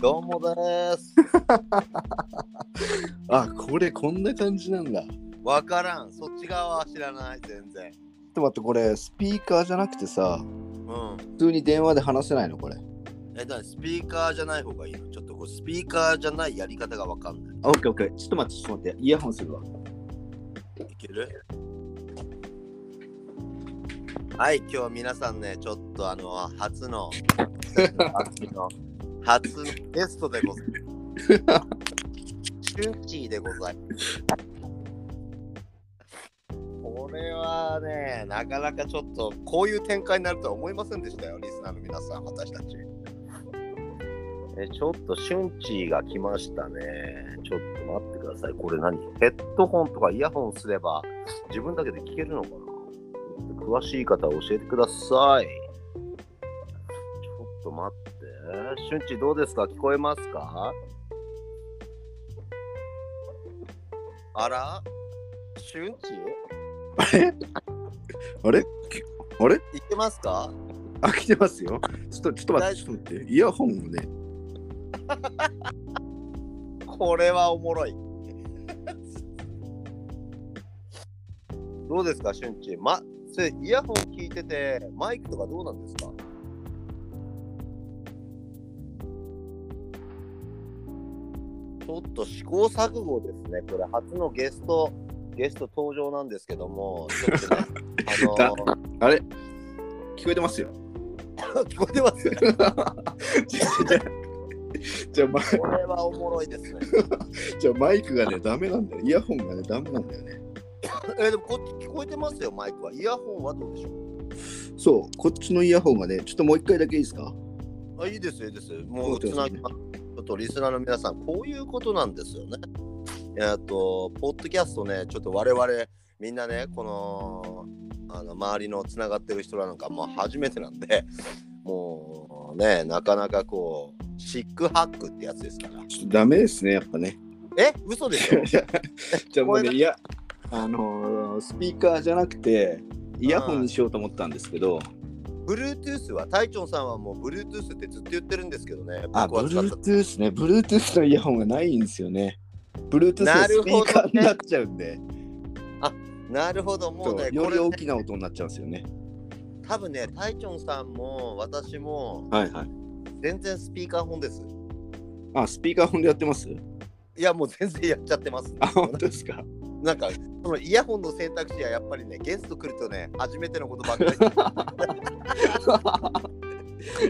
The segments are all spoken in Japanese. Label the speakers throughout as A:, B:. A: どうもです。
B: あ、これこんな感じなんだ。ちょっ
A: わからん。そっち側は知らない、全然。
B: と待って、これスピーカーじゃなくてさ、
A: うん。
B: 普通に電話で話せないのこれ。
A: え、だからスピーカーじゃない方がいいのちょっとこう、スピーカーじゃないやり方がわかんな
B: あ、オッケーオッケー。ちょっと待って、ちょっと待って。イヤホンするわ。
A: い。いけるはい、今日皆さんね、ちょっとあの、初 の、初の、初ゲストでございます。シュンチーでございます。これはね、なかなかちょっと、こういう展開になるとは思いませんでしたよ、リスナーの皆さん、私たち。えちょっと、シュンチーが来ましたね。ちょっと待ってください。これ何ヘッドホンとかイヤホンすれば、自分だけで聞けるのかな詳しい方は教えてください。ちょっと待って。シュンチーどうですか聞こえますかあらシュンチ
B: あれきあ
A: ー
B: れ
A: いけますか
B: あ、来てますよ。ちょっと、ちょっと待って、ちょっと待って。イヤホンをね、
A: これはおもろい。どうですか、しゅんち。ま、それイヤホン聞いてて、マイクとかどうなんですかちょっと試行錯誤ですね。これ、初のゲスト、ゲスト登場なんですけども、ちょっとね、あの
B: あれ聞こえてますよ。
A: 聞こえてます
B: じゃじゃじゃあ、ま、
A: これはおもろいですね。
B: じゃあマイクがね、ダメなんだよ。イヤホンがね、ダメなんだよね。
A: え、でもこっち聞こえてますよ、マイクは。イヤホンはどうでしょう
B: そう、こっちのイヤホンがね、ちょっともう一回だけいいですか
A: あいいですよ、いいですよ。もう
B: そうで
A: つ
B: す
A: な
B: ね
A: ぎますちょっとリスナーの皆さん、こういうことなんですよね。えっと、ポッドキャストね、ちょっと我々、みんなね、この、あの周りのつながってる人らなんか、もう初めてなんで、もうね、なかなかこう、シックハックってやつですから。
B: ちょっとダメですね、やっぱね。
A: え、嘘でしょ
B: じゃあもうね、いや、あのースピーカーじゃなくて、イヤホンにしようと思ったんですけど、
A: ?Bluetooth は、隊長さんはもう Bluetooth ってずっと言ってるんですけどね、
B: あ、
A: 僕は使った
B: Bluetooth ね、Bluetooth のイヤホンがないんですよね。Bluetooth のスピーカーになっちゃうんで、
A: なるほど、もう
B: そう
A: ね、
B: よ
A: こ
B: り
A: れ、
B: 大
A: ね、
B: きな音になっちゃうんですよね。
A: 多分ね、隊長さんも私も、
B: はいはい。
A: 全然スピーカー本です。
B: あ、スピーカーホンでやってます
A: いや、もう全然やっちゃってます。
B: あ、本当ですか。
A: なんか、そのイヤホンの選択肢はやっぱりね、ゲスト来るとね、初めてのことばっかりです。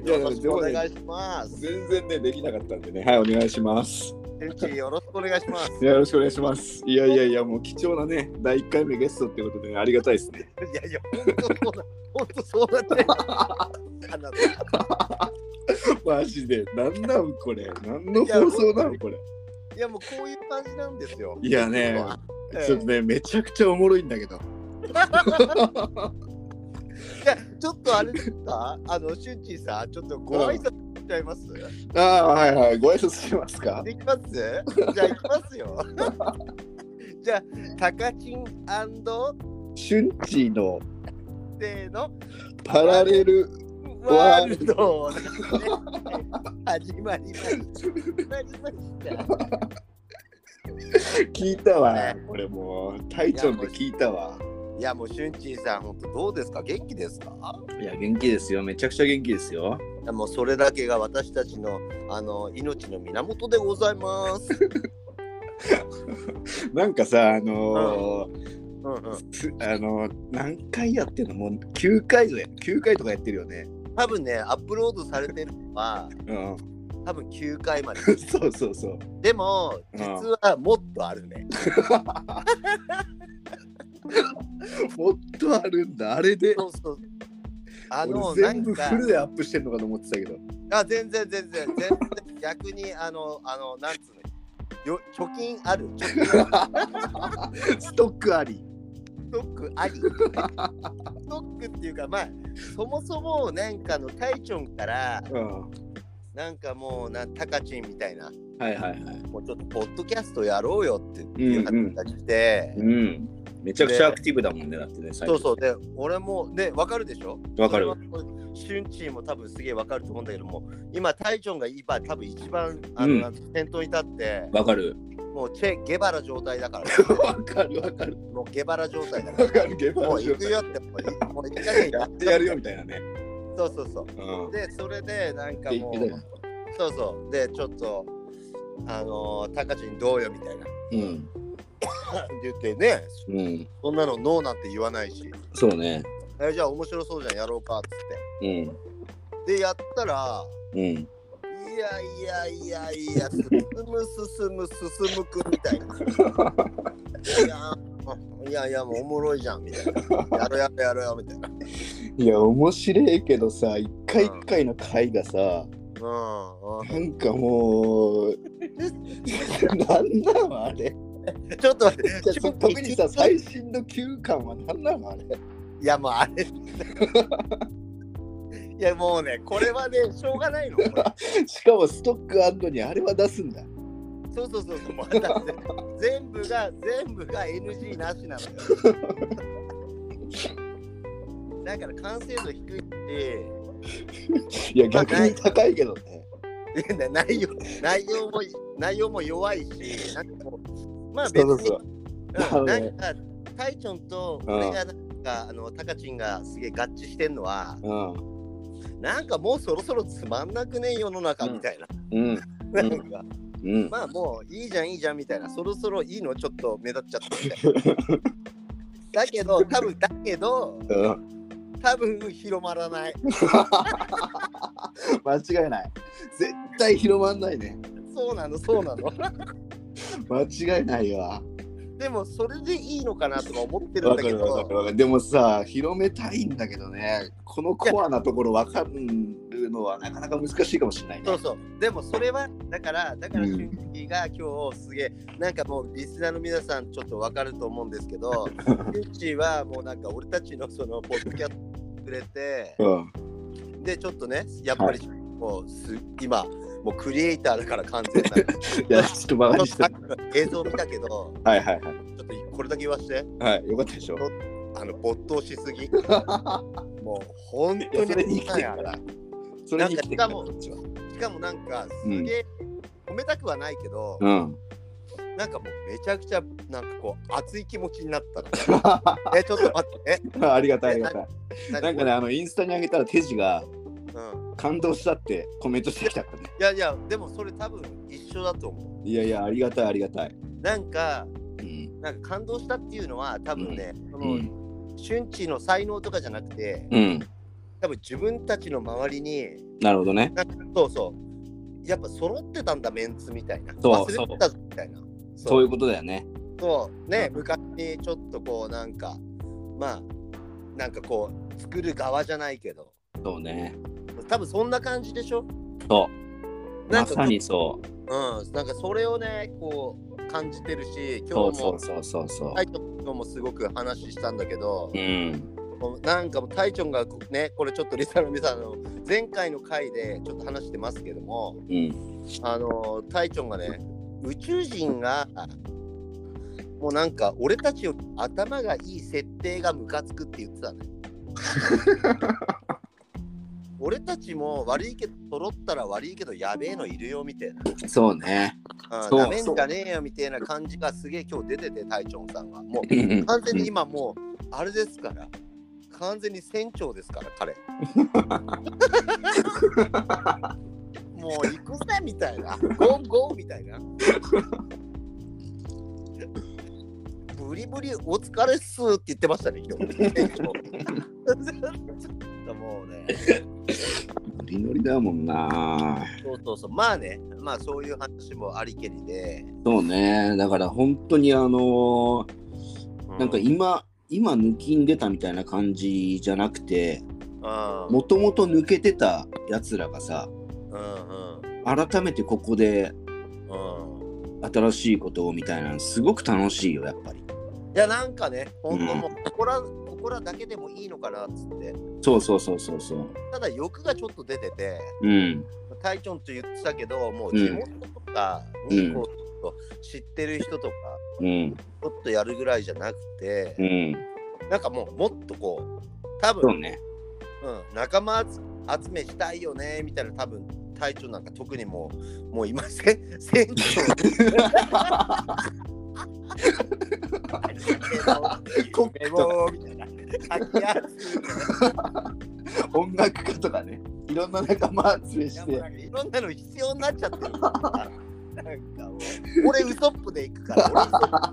B: いや
A: よろしくお
B: でもね
A: 願いします。
B: 全然ね、できなかったんでね。はい、お願いします。
A: 天地よろしくお願いします。
B: いやよろしくお願いします。いやいやいや、もう貴重なね、第1回目ゲストってことでね、ありがたいですね。
A: いやいや、本当そうな、本当そうなって。あなた
B: マジで、なんなんこれ。何の放送なのこれ。
A: いや、もうこういう感じなんですよ。
B: いやね
A: ええ
B: ちょっとね、めちゃくちゃおもろいんだけど。
A: いや、ちょっとあれですか、あの、しゅんちさん、ちょっとご挨拶しちゃいます。
B: ああ、はいはい、ご挨拶しますか。
A: できます。じゃあ、行きますよ。 じゃあ、タカチン
B: シュンチーの
A: せーの。
B: パラレル。
A: ワールドね始まりました。始まりまし
B: 聞いたわ。これもう、タイチョンって聞いたわ。
A: た。いやもうしゅんちーさん本当どうですか元気ですか？
B: いや、元気ですよ。めちゃくちゃ元気ですよ。
A: いやもうそれだけが私たちのあの命の源でございます。
B: なんかさ、あのー
A: うんうん。
B: すあのー何回やってるのもう9回ぐらい、9回とかやってるよね。
A: 多分ねアップロードされてるのは
B: うん。
A: 多分9回まで。
B: そうそうそう。
A: でも
B: うん
A: 実はもっとあるね。
B: もっとあるんだ、あれで。
A: そうそう。あの
B: 俺全部
A: なん
B: フ
A: か
B: ルでアップしてんのかと思ってたけど。
A: あ全然全然全然逆にあのあのなんつうのよ貯金ある貯金ある
B: ストックあり。
A: ストックありストックっていうかまあそもそもなんかのタイチョンから
B: うん。
A: なんかもうなタカチンみたいな
B: はいはいはい。
A: もうちょっとポッドキャストやろうよっていう話が来て、
B: うん。めちゃくちゃアクティブだもんね、だってね、最
A: そう
B: 近
A: そうで俺もねわかるでしょ
B: わかる
A: それはシュンチーも多分すげえわかると思うんだけども、今、タイジョンが今、多分一番あの、
B: うん
A: なんて先頭に立って、
B: わかる。
A: もうチェ・ゲバラ状態だから、
B: わかるわかる。
A: もうゲバラ状態だか
B: わかる。ゲ
A: ら、
B: バ
A: も
B: ラ
A: う
B: 状
A: 行く
B: 態
A: よって、もうもう行か ねえ
B: やってやるよみたいなね。
A: そうそうそう。
B: うん。
A: で、それで、なんか
B: って言
A: も
B: っ
A: う
B: て、たよ
A: そうそう。で、ちょっと、あのー、タカチンどうよみたいな。
B: うん。
A: 言ってね、
B: うん。
A: そんなのノーなんて言わないし、
B: そうね。
A: えじゃあ面白そうじゃん、やろうかっつ
B: うん。
A: って。で、やったら、
B: うん。
A: いやいやいやいや、進む進む進むくんみたいな。いやーいやいや、もうおもろいじゃんみたいな。やろやろやろやみたいな。
B: いや、面白いけどさ、一回一回の回がさ、
A: うんうん
B: なんかもう、なんなのあれ。
A: ちょっと待って、
B: そ特にさ、最新の9巻はなんなのあれ。
A: いやもうあれ。 いやもうね、これはね、しょうがないの。これ
B: しかもストックあんのにあれは出すんだ。
A: そうそうそうそう、もうだって全部が、全部が NG なしなのよ。だから完成度低いって、
B: いや、逆に高いけどね。
A: いやな内容内容も内容も弱いし、なんかもうまあ別
B: そ
A: に、
B: うそうそう。
A: うん
B: まあね
A: なんか、タイチョンと俺がなんか、あのタカチンがすげえ合致してんのは、
B: う
A: なんかもうそろそろつまんなくね世の中みたいな。
B: ん。うん。うん
A: なんか、
B: うん。
A: まあもういいじゃんいいじゃんみたいな、そろそろいいのちょっと目立っちゃ ったみたいな。だけど、多分だけど、
B: うん。
A: 多分広まらない。
B: 間違いない。絶対広まんないね。
A: そうなの、そうなの。
B: 間違いないわ。
A: でも、それでいいのかなとか思ってるん
B: わ
A: だ
B: か
A: け
B: るわかる
A: ど、
B: わかる。でもさ、広めたいんだけどね、このコアなところわかるのはなかなか難しいかもしれないね。
A: そうそう。でも、それは、だから、だから、
B: うん
A: 俊樹が今日すげえ、なんかもう、リスナーの皆さん、ちょっとわかると思うんですけ ど、俊樹はもうなんか、俺たちのその、ポッドキャストくれて、
B: うん。
A: で、ちょっとね、やっぱり、もうす、今、もうクリエイターだから完全なる。
B: いや、ちょっとバカにして
A: さったき。の映像見たけど、
B: はいはい
A: ちょっとこれだけ言わして、
B: はい。はい、よかったでしょ。
A: あの没頭しす ぎ。もう本
B: い
A: 当
B: や
A: に
B: それに生きてるから。それに生きてるから。
A: なんか
B: こっちは
A: しかもなんかすげえ、褒めたくはないけど、
B: うん。
A: なんかもうめちゃくちゃなんかこう熱い気持ちになった の。え、ちょっと待って。
B: ありがたいありがたい。
A: えな
B: なんかね、あの、インスタに上げたら手ジが
A: うん、
B: 感動したってコメントしてきたからね。
A: いやいや、でもそれ多分一緒だと思
B: いやいや、ありがたいありがたい。
A: う。なんか、
B: うん。
A: なんか感動したっていうのは多分ね、そうの
B: ん。
A: 瞬時の才能とかじゃなくて、
B: うん。
A: 多分自分たちの周りに、
B: なるほどね。
A: なんかそうそう。やっぱ揃ってたんだメンツみたいな。
B: そう
A: 忘れてたぞみたいな。そう
B: そういうことだよね。
A: そうね、昔にちょっとこうなんかまあなんかこう作る側じゃないけど
B: そうね。
A: 多分そんな感じでしょ
B: そう。
A: な
B: ま
A: んか
B: さにそ
A: うんなんかそれをねこう感じてるし
B: う。
A: 今
B: そう
A: 日
B: そ
A: も
B: うそうそうそう
A: タ。イトンともすごく話したんだけど
B: う、ん。
A: もうなんかもうタイチョンがねこれちょっとリサの皆さんの前回の回でちょっと話してますけども
B: うん。
A: あのタイチョンがね宇宙人がもうなんか俺たちより頭がいい設定がムカつくって言ってたね 俺たちも悪いけど揃ったら悪いけどやべえのいるよみたいな
B: そうね。
A: あ
B: そう
A: ダメんじゃねえよみたいな感じがすげえ今日出てて隊長さんがも
B: うんう
A: うん 完全に今もうあれですから完全に船長ですから彼もう行くぜみたいなゴーゴーみたいなブリブリお疲れっすって言ってましたね今日船長ちょっともうね
B: ノリノリだもんな。
A: そうそうそうまあねまあそういう話もありけりで、
B: そうね。だから本当にあのーなんか今、今抜きんでたみたいな感じじゃなくて、
A: あ
B: もともと抜けてたやつらがさ、
A: うん
B: 改めてここで
A: うんうん
B: 新しいことをみたいなのすごく楽しいよ、やっぱり。
A: いやなんかね本当
B: うん
A: もうここらここらだけでもいいのかなっつって
B: そうそうそうそうそう。
A: ただ欲がちょっと出てて
B: うん。
A: タイチョンと言ってたけどもう地元とかにこう、ちょっと知ってる人とか
B: うん。
A: ちょっとやるぐらいじゃなくて
B: う、ん。
A: なんかもうもっとこう多
B: そう
A: 分
B: ね。
A: うん、仲間集集めしたいよねみたいな多分隊長なんか特にもうもう今せ 選挙
B: コ
A: メモみたいな書きやすい
B: 音楽家とかね、いろんな仲間集め
A: い
B: し
A: やもう
B: て
A: な、んかいろんなの必要になっちゃって るなんかもう俺ウソップで行くから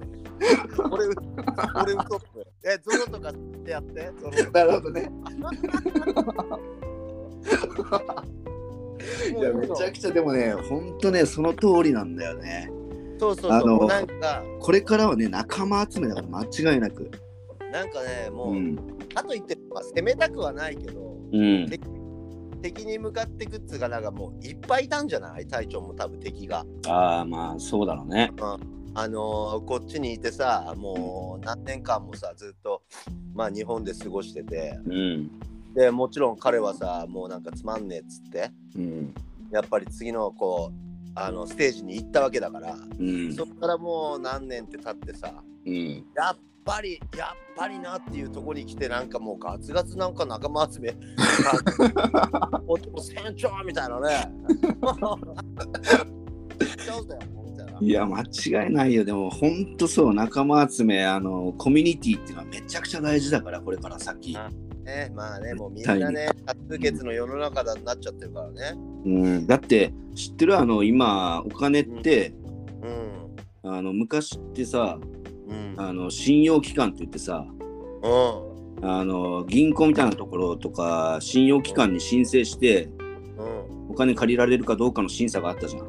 A: 俺ウソップで俺ウ俺ウソップえゾロとかってやってゾロ
B: なるほどね。いや、めちゃくちゃでもね、ほんとね、その通りなんだよね。
A: そうそうそう、
B: あの
A: なんか
B: これからはね、仲間集めだから間違いなく。
A: なんかねもう、
B: うん。
A: かといって、まあ、攻めたくはないけど
B: うん。
A: 敵に向かってくっつうかなんかもういっぱいいたんじゃない隊長も多分敵が
B: ああ、まあ、そうだろうね。
A: あのーこっちにいてさもう何年間もさずっとまあ日本で過ごしてて
B: うん。
A: でもちろん彼はさもうなんかつまんねえっつって
B: うん。
A: やっぱり次のこうあのステージに行ったわけだから、
B: うん
A: そっからもう何年って経ってさ
B: うん。
A: やっぱりやっぱりなっていうところに来てなんかもうガツガツなんか仲間集め男船長みたいなねそうだよみたいない
B: や、間違いないよ。でも、ほんとそう、仲間集め、あの、コミュニティっていうのはめちゃくちゃ大事だから、これから先。
A: ねまあねもうみんなね多数決の世の中だになっちゃってるからね
B: うん。だって、知ってるあの、今、お金って、
A: うん
B: あの、昔ってさ、
A: うん
B: あの、信用機関って言ってさ、
A: うん
B: あの、銀行みたいなところとか、信用機関に申請して、
A: うん
B: お金借りられるかどうかの審査があったじゃん。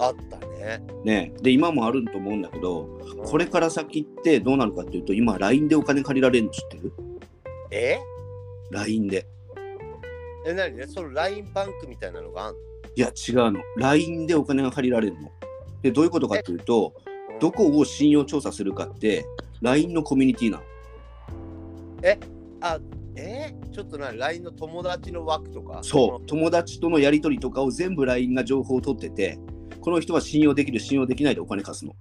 A: あったね
B: ね。で、今もあると思うんだけど、これから先ってどうなるかっていうと、今、LINE でお金借りられるの知ってる
A: え
B: ?LINE で。
A: え何ねその LINE バンクみたいなのがあんの
B: いや、違うの。LINE でお金が借りられるの。で、どういうことかっていうと、
A: うん
B: どこを信用調査するかって、LINE のコミュニティなの。
A: あえーちょっとな LINE の友達の枠とか
B: そう。友達とのやり取りとかを全部 LINE が情報を取ってて、この人は信用できる、信用できないでお金貸すの。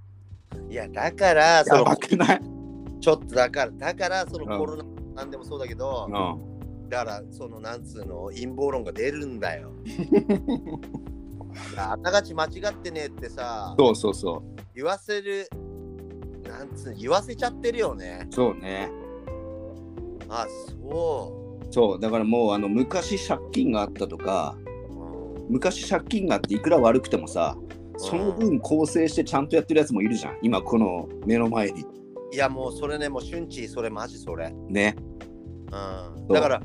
A: いやだからそ
B: や
A: の
B: ばくない
A: ちょっとだからだからその
B: うん
A: コロナなんでもそうだけど、
B: うん。
A: だからそのなんつうの陰謀論が出るん だよ。だからあながち間違ってねえってさ
B: そうそうそう。
A: 言わせるなんつうの言わせちゃってるよね。
B: そうね。
A: あそ
B: そう、だからもうあの昔借金があったとか、
A: う。うん
B: 昔借金があっていくら悪くてもさ、その分構成してちゃんとやってるやつもいるじゃん。今この目の前に。
A: いやもうそれねもう瞬時それマジそれ。
B: ね。
A: うん、
B: う
A: だから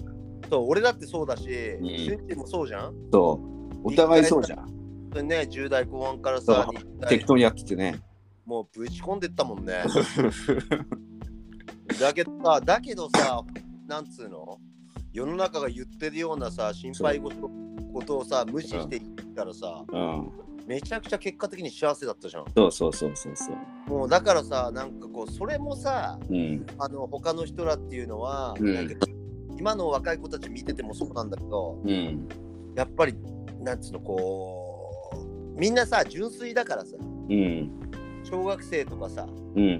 A: そう俺だってそうだし、瞬時もそうじゃん
B: そう。お互いそうじゃん。
A: それね10代後半からさ
B: そう
A: 20代
B: 適当にやっててね。
A: もうぶち込んでったもん ね。だけどさ、だけどさ、なんつうの世の中が言ってるようなさ、心配事ことをさ、無視していったらさ、
B: うん。
A: めちゃくちゃ結果的に幸せだったじゃん。
B: そうそうそうそうそう。
A: もうだからさ、なんかこう、それもさ、
B: うん。
A: あの他の人らっていうのは、
B: うん
A: なんか今の若い子たち見ててもそうなんだけど、
B: うん。
A: やっぱり、なんつうの、こう、みんなさ、純粋だからさ、
B: うん。
A: 小学生とかさ、
B: うん。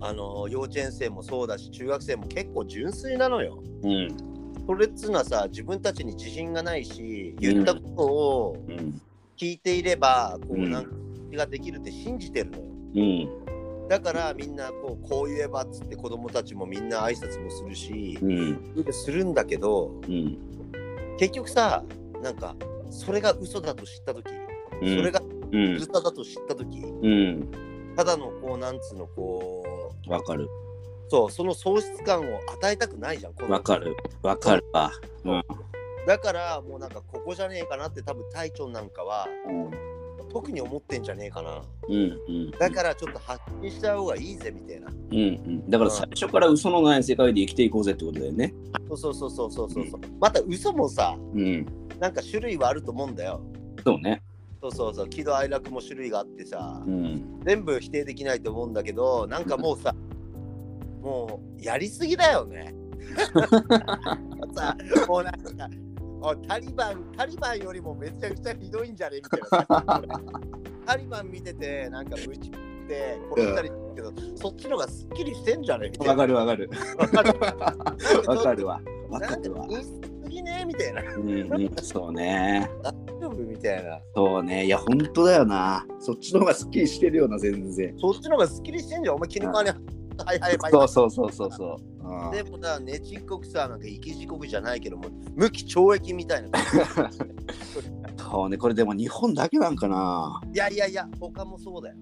A: あの幼稚園生もそうだし中学生も結構純粋なのよ。
B: うん。
A: それっつうのはさ自分たちに自信がないし言ったことを
B: うん。
A: 聞いていればこ
B: う
A: うんなんか気ができるって信じてるのよ。
B: うん。
A: だからみんなこうこう言えばっつって子供たちもみんな挨拶もするし
B: うん。
A: するんだけど
B: うん。
A: 結局さなんかそれが嘘だと知った時それが
B: う
A: 嘘
B: ん。
A: だと知った時
B: うん。
A: ただのこうなんつうのこう
B: わかる。
A: そうその喪失感を与えたくないじゃん。この
B: わかる。わかるわ。うん。
A: だからもうなんかここじゃねえかなって多分隊長なんかは
B: うん。
A: 特に思ってんじゃねえかな
B: うん。うん。
A: だからちょっと発信した方がいいぜみたいな
B: うんうん、だから最初から嘘のない世界で生きていこうぜってことだよね。
A: そうそうそうそうそうそうまた嘘もさ
B: うん。
A: なんか種類はあると思うんだよ
B: そうね。
A: そうそうそう喜怒哀楽も種類があってさ
B: うん。
A: 全部否定できないと思うんだけどなんかもう さもうやりすぎだよねさもうなんかおいタリバンタリバンよりもめちゃくちゃひどいんじゃねみたいな さタリバン見ててなんか無知って殺したりするけど、そっちのがすっきりしてんじゃねみたい
B: わ
A: な
B: かるわかる。
A: わかる
B: わかるわ。
A: な
B: 若
A: ん
B: く
A: か
B: は。
A: 言い過ぎねみたいな。
B: うんうん、そうね。
A: 大丈夫みたいな。
B: そうね。いや、本当だよな。そっちの方がスッキリしてるよな、全然。
A: そっちの方がスッキリしてんじゃん。お前、切り替わり。はいはいはい。
B: そうそうそうそうそう。うん
A: でもさ、ねちっこくさ、なんか生き地獄じゃないけども、無期懲役み たいな。い
B: そうね、これでも日本だけなんかな。
A: やいやいや、他もそうだよ。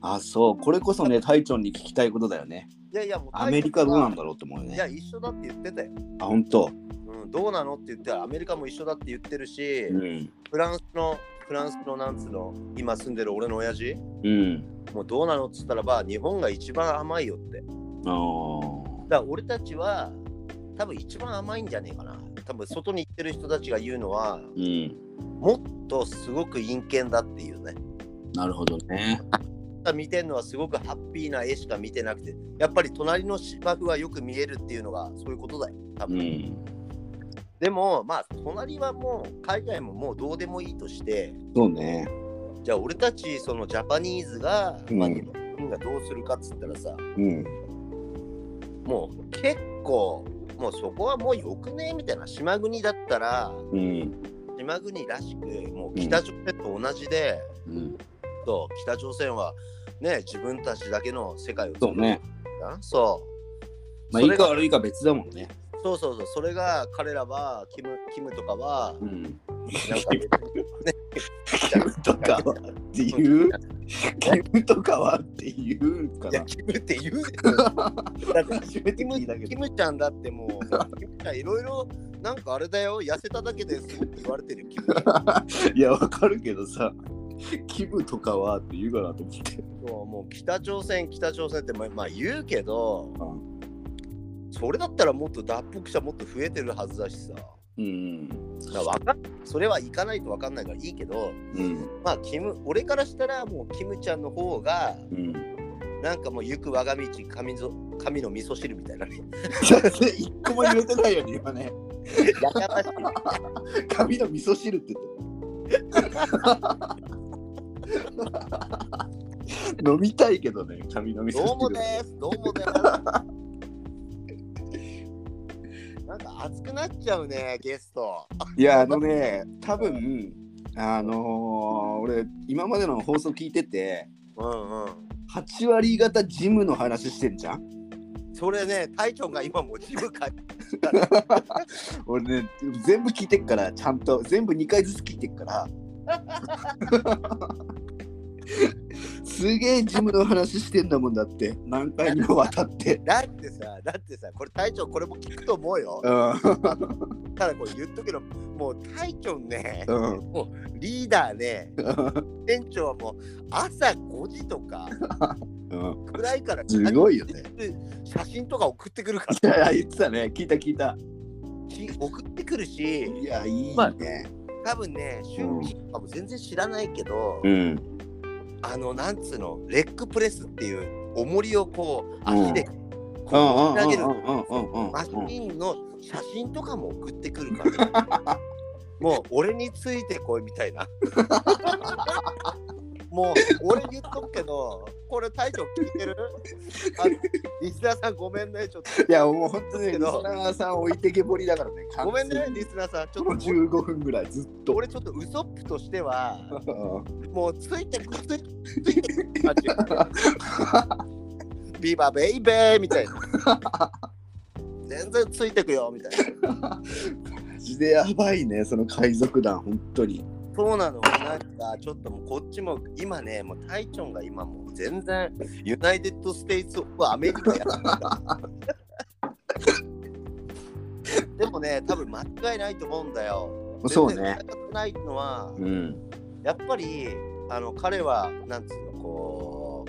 B: あ、そう。これこそね、タイチョンに聞きたいことだよね。
A: いやいや、もう
B: アメリカどうなん
A: だ
B: だろうって思うよ
A: い
B: ね。
A: や、一緒だって言ってたよ。
B: あ、本当。
A: うん、どうなのって言ったら、アメリカも一緒だって言ってるし、
B: うん。
A: フランスの、フランスのなんつうの、今住んでる俺の親父、
B: うん。
A: もうどうなのって言ったらば、日本が一番甘いよって。
B: あー
A: だから俺たちは多分一番甘いんじゃねえかな多分外に行ってる人たちが言うのは
B: うん。
A: もっとすごく陰険だっていうね
B: なるほどね。
A: 見てるのはすごくハッピーな絵しか見てなくてやっぱり隣の芝生はよく見えるっていうのがそういうことだよ多
B: う
A: 分、
B: ん。
A: でもまあ隣はもう海外ももうどうでもいいとして
B: そうね。
A: じゃあ俺たちそのジャパニーズが、
B: うん
A: まあ、日本人がどうするかっつったらさ
B: うん。
A: もう結構もうそこはもうよくねえみたいな島国だったら
B: うん。
A: 島国らしくもう北朝鮮と同じで、
B: うん。
A: そう北朝鮮はね自分たちだけの世界を
B: そうね。
A: 作ったそう
B: まあ、い
A: そ
B: い
A: れ
B: か
A: が
B: 悪いか別だもんね。
A: そうそうそうそれが彼らはキムキムとかは
B: ん。
A: なんか別 にね
B: キムとかはっていうキムとかはっていうか
A: いや
B: な。
A: キムって言うでしょだから
B: 初め
A: キ
B: て
A: ム
B: 聞いたけ
A: キ
B: ど。
A: ムちゃんだってもうキムちゃんいろいろなんかあれだよ痩せただけですごく言われてるよキムちゃん
B: いや、わかるけどさ、キムとかはって言うかなと思って。
A: そうもう北朝鮮北朝鮮ってまあまあ言うけど、
B: う
A: それだったらもっと脱北者もっと増えてるはずだしさだか
B: うん。
A: らわかんそれは行かないと分かんないからいいけど
B: うん。
A: まあキム俺からしたらもうキムちゃんの方が
B: うん。
A: なんかもう行く我が道神ぞ神の味噌汁みたいなね
B: 一個も入れてないよね、今ね。
A: やかましい
B: 紙の味噌汁って言って た。飲みたいけどね、紙の味噌汁。
A: どうもですどうもですなんか熱くなっちゃうねゲスト
B: いや、あのね、多分あのー俺、今までの放送聞いてて、
A: うんうん
B: 8割方ジムの話してんじゃん
A: それね隊長が今もうジムか
B: 俺ね、全部聞いてっから、ちゃんと、全部2回ずつ聞いてっ から。すげえジムの話してんだもんだって、何回にもわたって。
A: だってさ、だってさ、これ隊長これも聞くと思うよ
B: う。ん
A: ただこれ言っとくけど、もう隊長ね、
B: うん
A: リーダーね、店長はもう朝5時とか
B: うん
A: くらいから
B: すごいよね。
A: 写真とか送ってくるから、
B: いや言ってたね、聞いた聞いた。
A: き送ってくるし、
B: いや、いい
A: まあ
B: ね。
A: 多分ね、俊樹とかも全然知らないけど、
B: うん。
A: あの、なんつうの、レッグプレスっていう重りをこう、
B: うん
A: 足で
B: う
A: こ
B: んうん
A: う、
B: う
A: 投
B: ん
A: げ
B: う
A: る
B: んうんうん
A: マシンの写真とかも送ってくるから、 もう俺についてこいみたいな。 もう俺言っとくけど、これ大将聞いてるあのリスナーさんごめんね、ちょっ
B: いや、もう本当に、
A: け
B: リス
A: ど
B: ナーさん置いてけぼりだからね。
A: と。ごめんね、
B: 完全に
A: リスナーさん。ちょっと
B: も
A: 俺
B: う15分ぐらいずっと。
A: 俺ちょっとウソップとしては、
B: うん
A: もうつい てく、ついついてく感じ。ビバベイベーみたいな。全然ついてくよみたいな。
B: マジでやばいね、その海賊団、本当に。
A: そうなの、なんかちょっともうこっちも今ね、もうタイチョンが今もう全然ユナイテッド・ステイツ・オブ・アメリカやってるでもね、多分間違いないと思うんだよ。
B: そうね。
A: 全然間違ってないのは、
B: うん。
A: やっぱりあの彼は、なんつうの、こ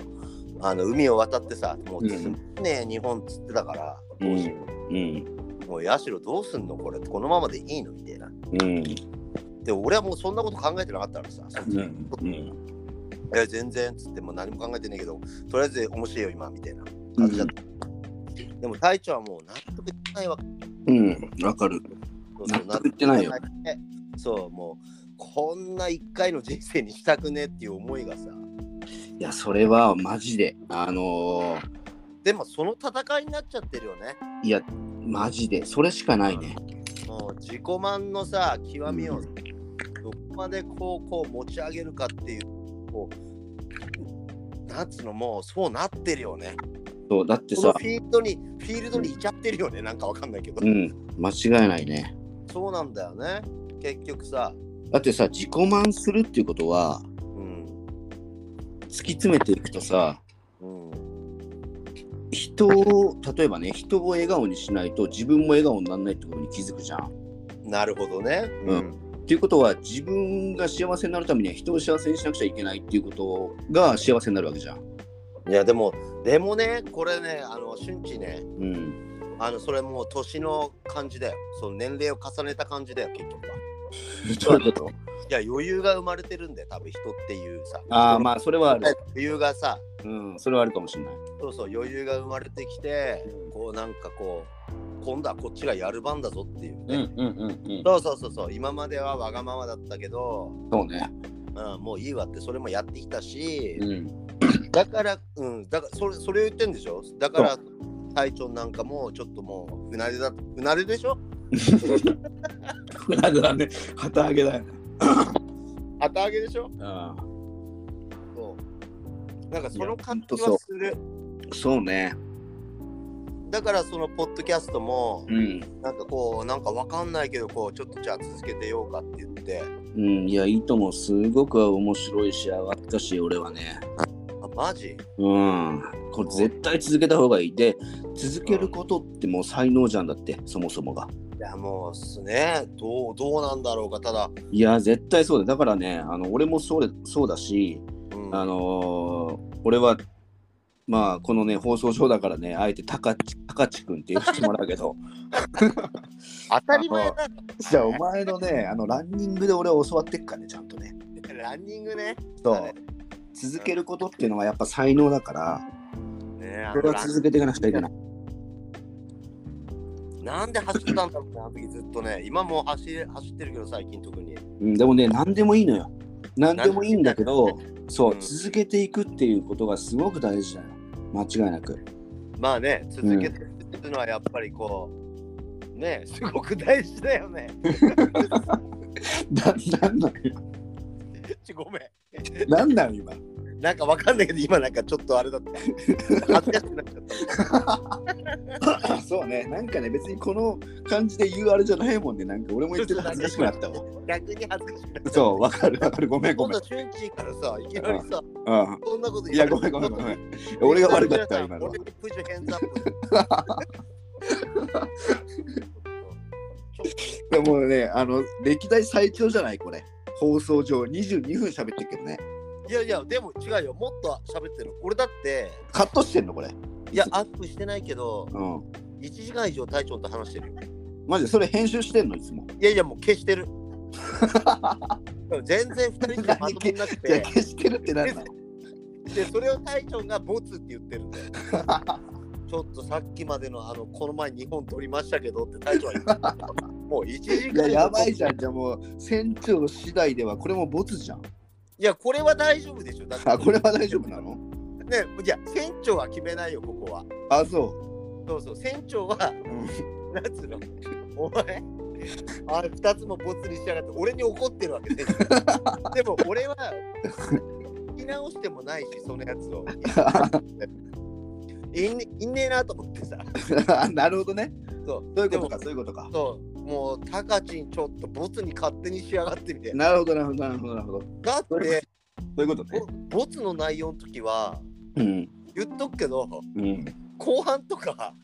A: う、あの海を渡ってさ、もう
B: うん
A: ね、日本っつってたから、
B: うん
A: どうしよ
B: うん。
A: うもうヤシロどうすんのこれ、このままでいいのみたいな。
B: うん。
A: で、俺はもうそんなこと考えてなかったからさ、
B: うん。うん。
A: いや全然っつってもう何も考えてないけどとりあえず面白いよ今みたいな感じだった、でも隊長はもう納得いってないわけ
B: うん。わかる。
A: そうそう
B: 納得いってないよ
A: 納。得いってないそうもうこんな一回の人生にしたくねえっていう思いがさ
B: いや、それはマジで、あのー
A: でもその戦いになっちゃってるよね
B: いや、マジで。それしかないね。
A: もう自己満のさ、極みをどこまでこうこう持ち上げるかっていう、こう、なんつうの、もうそうなってるよね。
B: そうだって
A: この
B: さ
A: フ、ィールドに、フィールドにいちゃってるよね、なんかわかんないけど
B: う。ん、間違いないね。
A: そうなんだよね、結局さ。
B: だってさ、自己満するっていうことは、
A: うん。
B: 突き詰めていくとさ、
A: うん。
B: 人を、例えばね、人を笑顔にしないと自分も笑顔にならないってことに気づくじゃん。
A: なるほどね。
B: うんっていうことは、自分が幸せになるためには人を幸せにしなくちゃいけないっていうことが幸せになるわけじゃん。
A: いや、でも、でもね、これね、あの、瞬時ね、
B: うん。
A: あの、それもう年の感じだよ。その年齢を重ねた感じだよ、結局は。
B: どういうこと
A: いや、余裕が生まれてるんだよ、多分人っていうさ。
B: ああ、まあ、それはある
A: 余。裕がさ、
B: うん、それはあるかもしれない。
A: そうそう、余裕が生まれてきて、こう、なんかこう、今度はこっちがやる番だぞっていうね。
B: うんうんうん。
A: そうそうそうそう、今まではわがままだったけど、
B: そうね。
A: うん、もういいわって、それもやってきたし、
B: うん。
A: だから、うん、だからそれそれを言ってんでしょだから、隊長なんかもちょっともう、不慣れだ、不慣れでしょ
B: フラグだね。旗揚げだよね。
A: 旗揚げでしょ
B: あ
A: そう。なんかそ
B: いや
A: の感
B: ほんと
A: じ
B: そう
A: はする。
B: あ、そうね。
A: だからそのポッドキャストも、
B: うん。
A: なんかこう、なんかわかんないけど、こう、ちょっとじゃあ続けてようかって言って、
B: うん、いや、いいとも、すごく面白いし、上がったし、俺はね。
A: あマジ
B: うん。これ絶対続けた方がいい。で、続けることってもう才能じゃんだって、そもそもが。
A: いや、もうっすね、どう、どうなんだろうか、ただ、
B: いや、絶対そうだ。だからね、あの俺もそうでそうだし、
A: うん、
B: あのー俺は、まあ、このね、放送上だからね、あえてたかち、たかちくんって言わせてもらうけど、
A: 当たり前だ、
B: じゃあ、お前のね、あの、ランニングで俺は教わってっからね、ちゃんとね。
A: ランニングね。
B: そ
A: あれ
B: う。続けることっていうのはやっぱ才能だから、
A: ねあ
B: こ
A: の
B: れは
A: ラン
B: 続けていかなくちゃいけない。
A: なんで走ってたんだろうね、あの時ずっとね。今もう走れ走ってるけど、最近特に。
B: うん、でもね、何でもいいのよ。何でもいいんだけど
A: 何、
B: そう、
A: うん
B: 続けていくっていうことがすごく大事だよ。間違いな く。
A: まあね、続けてるのはやっぱりこう、ね、すごく大事だよね。
B: な、なんなん、
A: ちごめ
B: なんなん今。
A: ん。なんかわかんないけど、今なんかちょっとあれだった。恥ずかしくなっちゃった。
B: あそうね、なんかね、別にこの感じで言うあれじゃないもんね。なんか俺も言ってる恥ずかしくなったわ。
A: 逆に恥ずかしくなっちゃった。
B: そう、わかるわかる。ごめんご
A: 今
B: めん
A: 度、。チュンチーからさ、いきなりさ、
B: うん
A: そんなこと
B: いや、ごめんごめんごめん。俺が悪かった、今のは
A: 俺。にプッシュヘンズアップ。
B: でもね、あの、歴代最長じゃない、これ。放送上22分喋ってるけどね。
A: いやいや、でも違うよ。もっと喋ってる。俺だって、
B: カットしてんの、これ。
A: いや、アップしてないけど、
B: うん。
A: 1時間以上隊長と話してるよ。
B: マジで、それ編集してんの、いつも。
A: いやいや、もう消してる。でも全然2人でまとめなく
B: いや、
A: て、
B: 消してるってなんだ
A: でそれを隊長がボツって言ってるんだよ。ちょっとさっきまでの、あの、この前2本撮りましたけどって隊長は言 ってるもう1時
B: い
A: 間以
B: や、
A: 上
B: やばいじゃん。じゃあもう、船長次第では、これもボツじゃん。
A: いや、これは大丈夫でしょ。だって
B: あ、これは大丈夫なの
A: ね、じゃ船長は決めないよ、ここは。
B: あ、そ
A: そうそう、船長は、
B: う。うん
A: なんつうの、お前、あれ2つもボツにしやがって、俺に怒ってるわけ で。でも、俺は、聞き直してもないし、そのやつを。いんねいんねえなと思ってさ。
B: なるほどね。
A: そう、
B: そういうことか、
A: で
B: そういうことか
A: も。。そう、もう、たかちんちょっとボツに勝手にしやがってみて。
B: なるほど、なるほど、なるほど、なるほど。そ
A: だって、
B: ういうことね。
A: ボボツの内容の時は、
B: うん。
A: 言っとくけど、
B: うん。
A: 後半とか、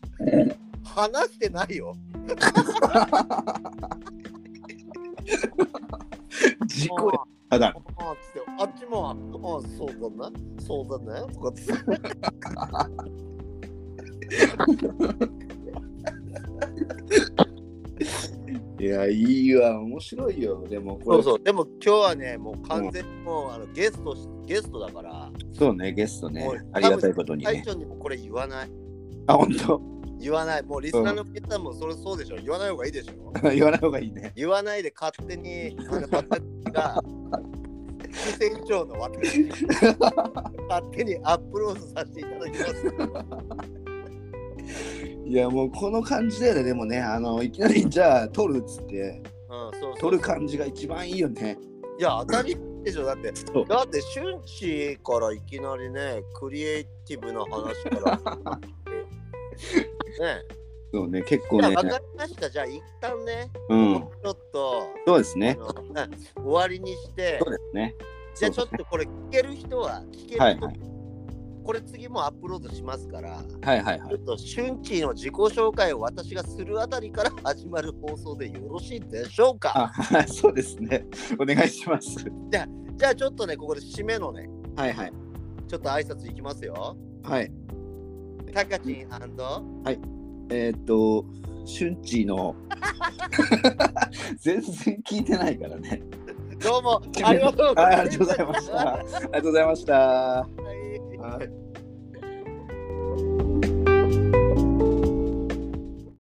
A: 話してないよ。
B: 事
A: もう
B: 故やだ。
A: あっつってあっちも、あそうだね、そうだね、とかっつって。
B: いや、いいわ、面白いよ。でも、こ
A: そ
B: れ
A: うそう、でも今日はね、もう完全にもうあのゲストし、ゲストだから、
B: そうね、ゲストね
A: もう。
B: ありがたいことに
A: 隊
B: ね。
A: 長にもこれ言わない。
B: あ、本当
A: 言わない。もうリスナーの皆さんもそれそうでしょ。言わない方がいいでしょ。
B: 言わない方がいいね。
A: 言わないで勝手に、あの私が、副船長の私に、勝手にアップロードさせていただきます。
B: いいやもうこの感じだよねでもねあのいきなりじゃあ取るっつって
A: うん、そうそう
B: 取る感じが一番いいよね
A: いや、当たり前でしょ。だって、
B: そう
A: だって、瞬時からいきなりね、クリエイティブな話から。 ね、
B: そうね結
A: じ
B: 構
A: ゃあ
B: ね
A: 分かりました。じゃあ、一旦ね、
B: うん
A: ちょっと、
B: そうです
A: あ
B: ね
A: のうん終わりにして
B: そう、ですね
A: じゃあ、ち
B: そ
A: ょ
B: う
A: っとこれ聞ける人は、聞ける人、
B: はいはい
A: これ次もアップロードしますから、
B: はいはいは
A: ちょ
B: い
A: っと瞬時の自己紹介を私がするあたりから 始まる放送でよろしいでしょうか。
B: あ はいそうですねお願いします
A: じゃあ、ちょっとね、ここで締めのね、
B: はいはい
A: ちょっと挨拶いきますよ。
B: はい
A: タカチン&
B: えーっとシュンチーの 全然聞いてないからね
A: どうもありがとうご
B: はい
A: ざ
B: あ
A: いました
B: りがとうございましたありがとうございました
A: はい
B: はい